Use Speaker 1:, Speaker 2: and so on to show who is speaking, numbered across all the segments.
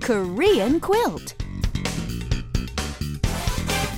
Speaker 1: Korean quilt.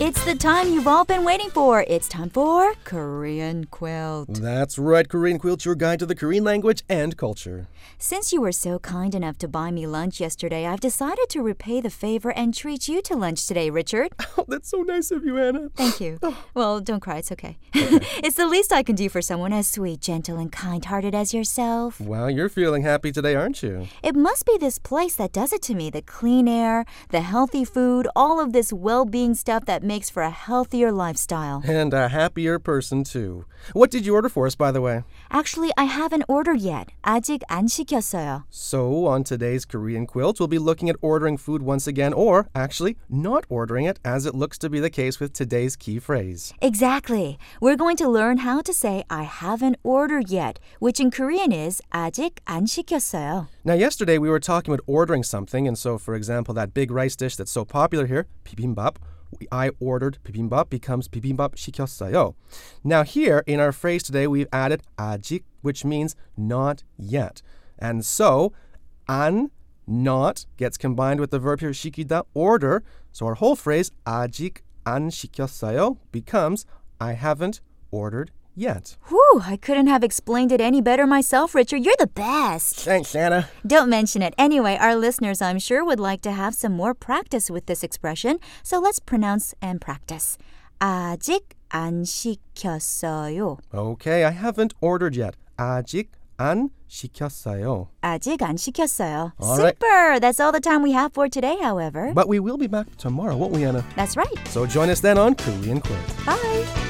Speaker 1: It's the time you've all been waiting for. It's time for Korean quilt.
Speaker 2: That's right, Korean Quilt, your guide to the Korean language and culture.
Speaker 1: Since you were so kind enough to buy me lunch yesterday, I've decided to repay the favor and treat you to lunch today, Richard.
Speaker 2: Oh, that's so nice of you, Anna.
Speaker 1: Thank you. Well, don't cry. It's okay. it's the least I can do for someone as sweet, gentle, and kind hearted as yourself.
Speaker 2: Wow, you're feeling happy today, aren't you?
Speaker 1: It must be this place that does it to me the clean air, the healthy food, all of this well being stuff that makes for a healthier lifestyle.
Speaker 2: And a happier person, too. What did you order for us, by the way?
Speaker 1: Actually, I haven't ordered yet. 아직 안 시켰어요.
Speaker 2: So, on today's Korean Quilt, we'll be looking at ordering food once again, or actually, not ordering it, as it looks to be the case with today's key phrase.
Speaker 1: Exactly. We're going to learn how to say I haven't ordered yet, which in Korean is 아직 안 시켰어요.
Speaker 2: Now, yesterday we were talking about ordering something, and so, for example, that big rice dish that's so popular here, bibimbap. I ordered bibimbap becomes bibimbap 시켰어요. Now, here in our phrase today, we've added 아직, which means not yet, and so an not gets combined with the verb here 시키다 order. So our whole phrase 아직 안 시켰어요 becomes I haven't ordered yet.
Speaker 1: Whew, I couldn't have explained it any better myself, Richard. You're the best.
Speaker 2: Thanks, Anna.
Speaker 1: Don't mention it. Anyway, our listeners, I'm sure, would like to have some more practice with this expression, so let's pronounce and practice. 아직 안 시켰어요.
Speaker 2: Okay, I haven't ordered yet. 아직 안 시켰어요.
Speaker 1: 아직 안 시켰어요.
Speaker 2: All right.
Speaker 1: Super! That's all the time we have for today, however.
Speaker 2: But we will be back tomorrow, won't we, Anna?
Speaker 1: That's right.
Speaker 2: So join us then on Korean Quiz.
Speaker 1: Bye!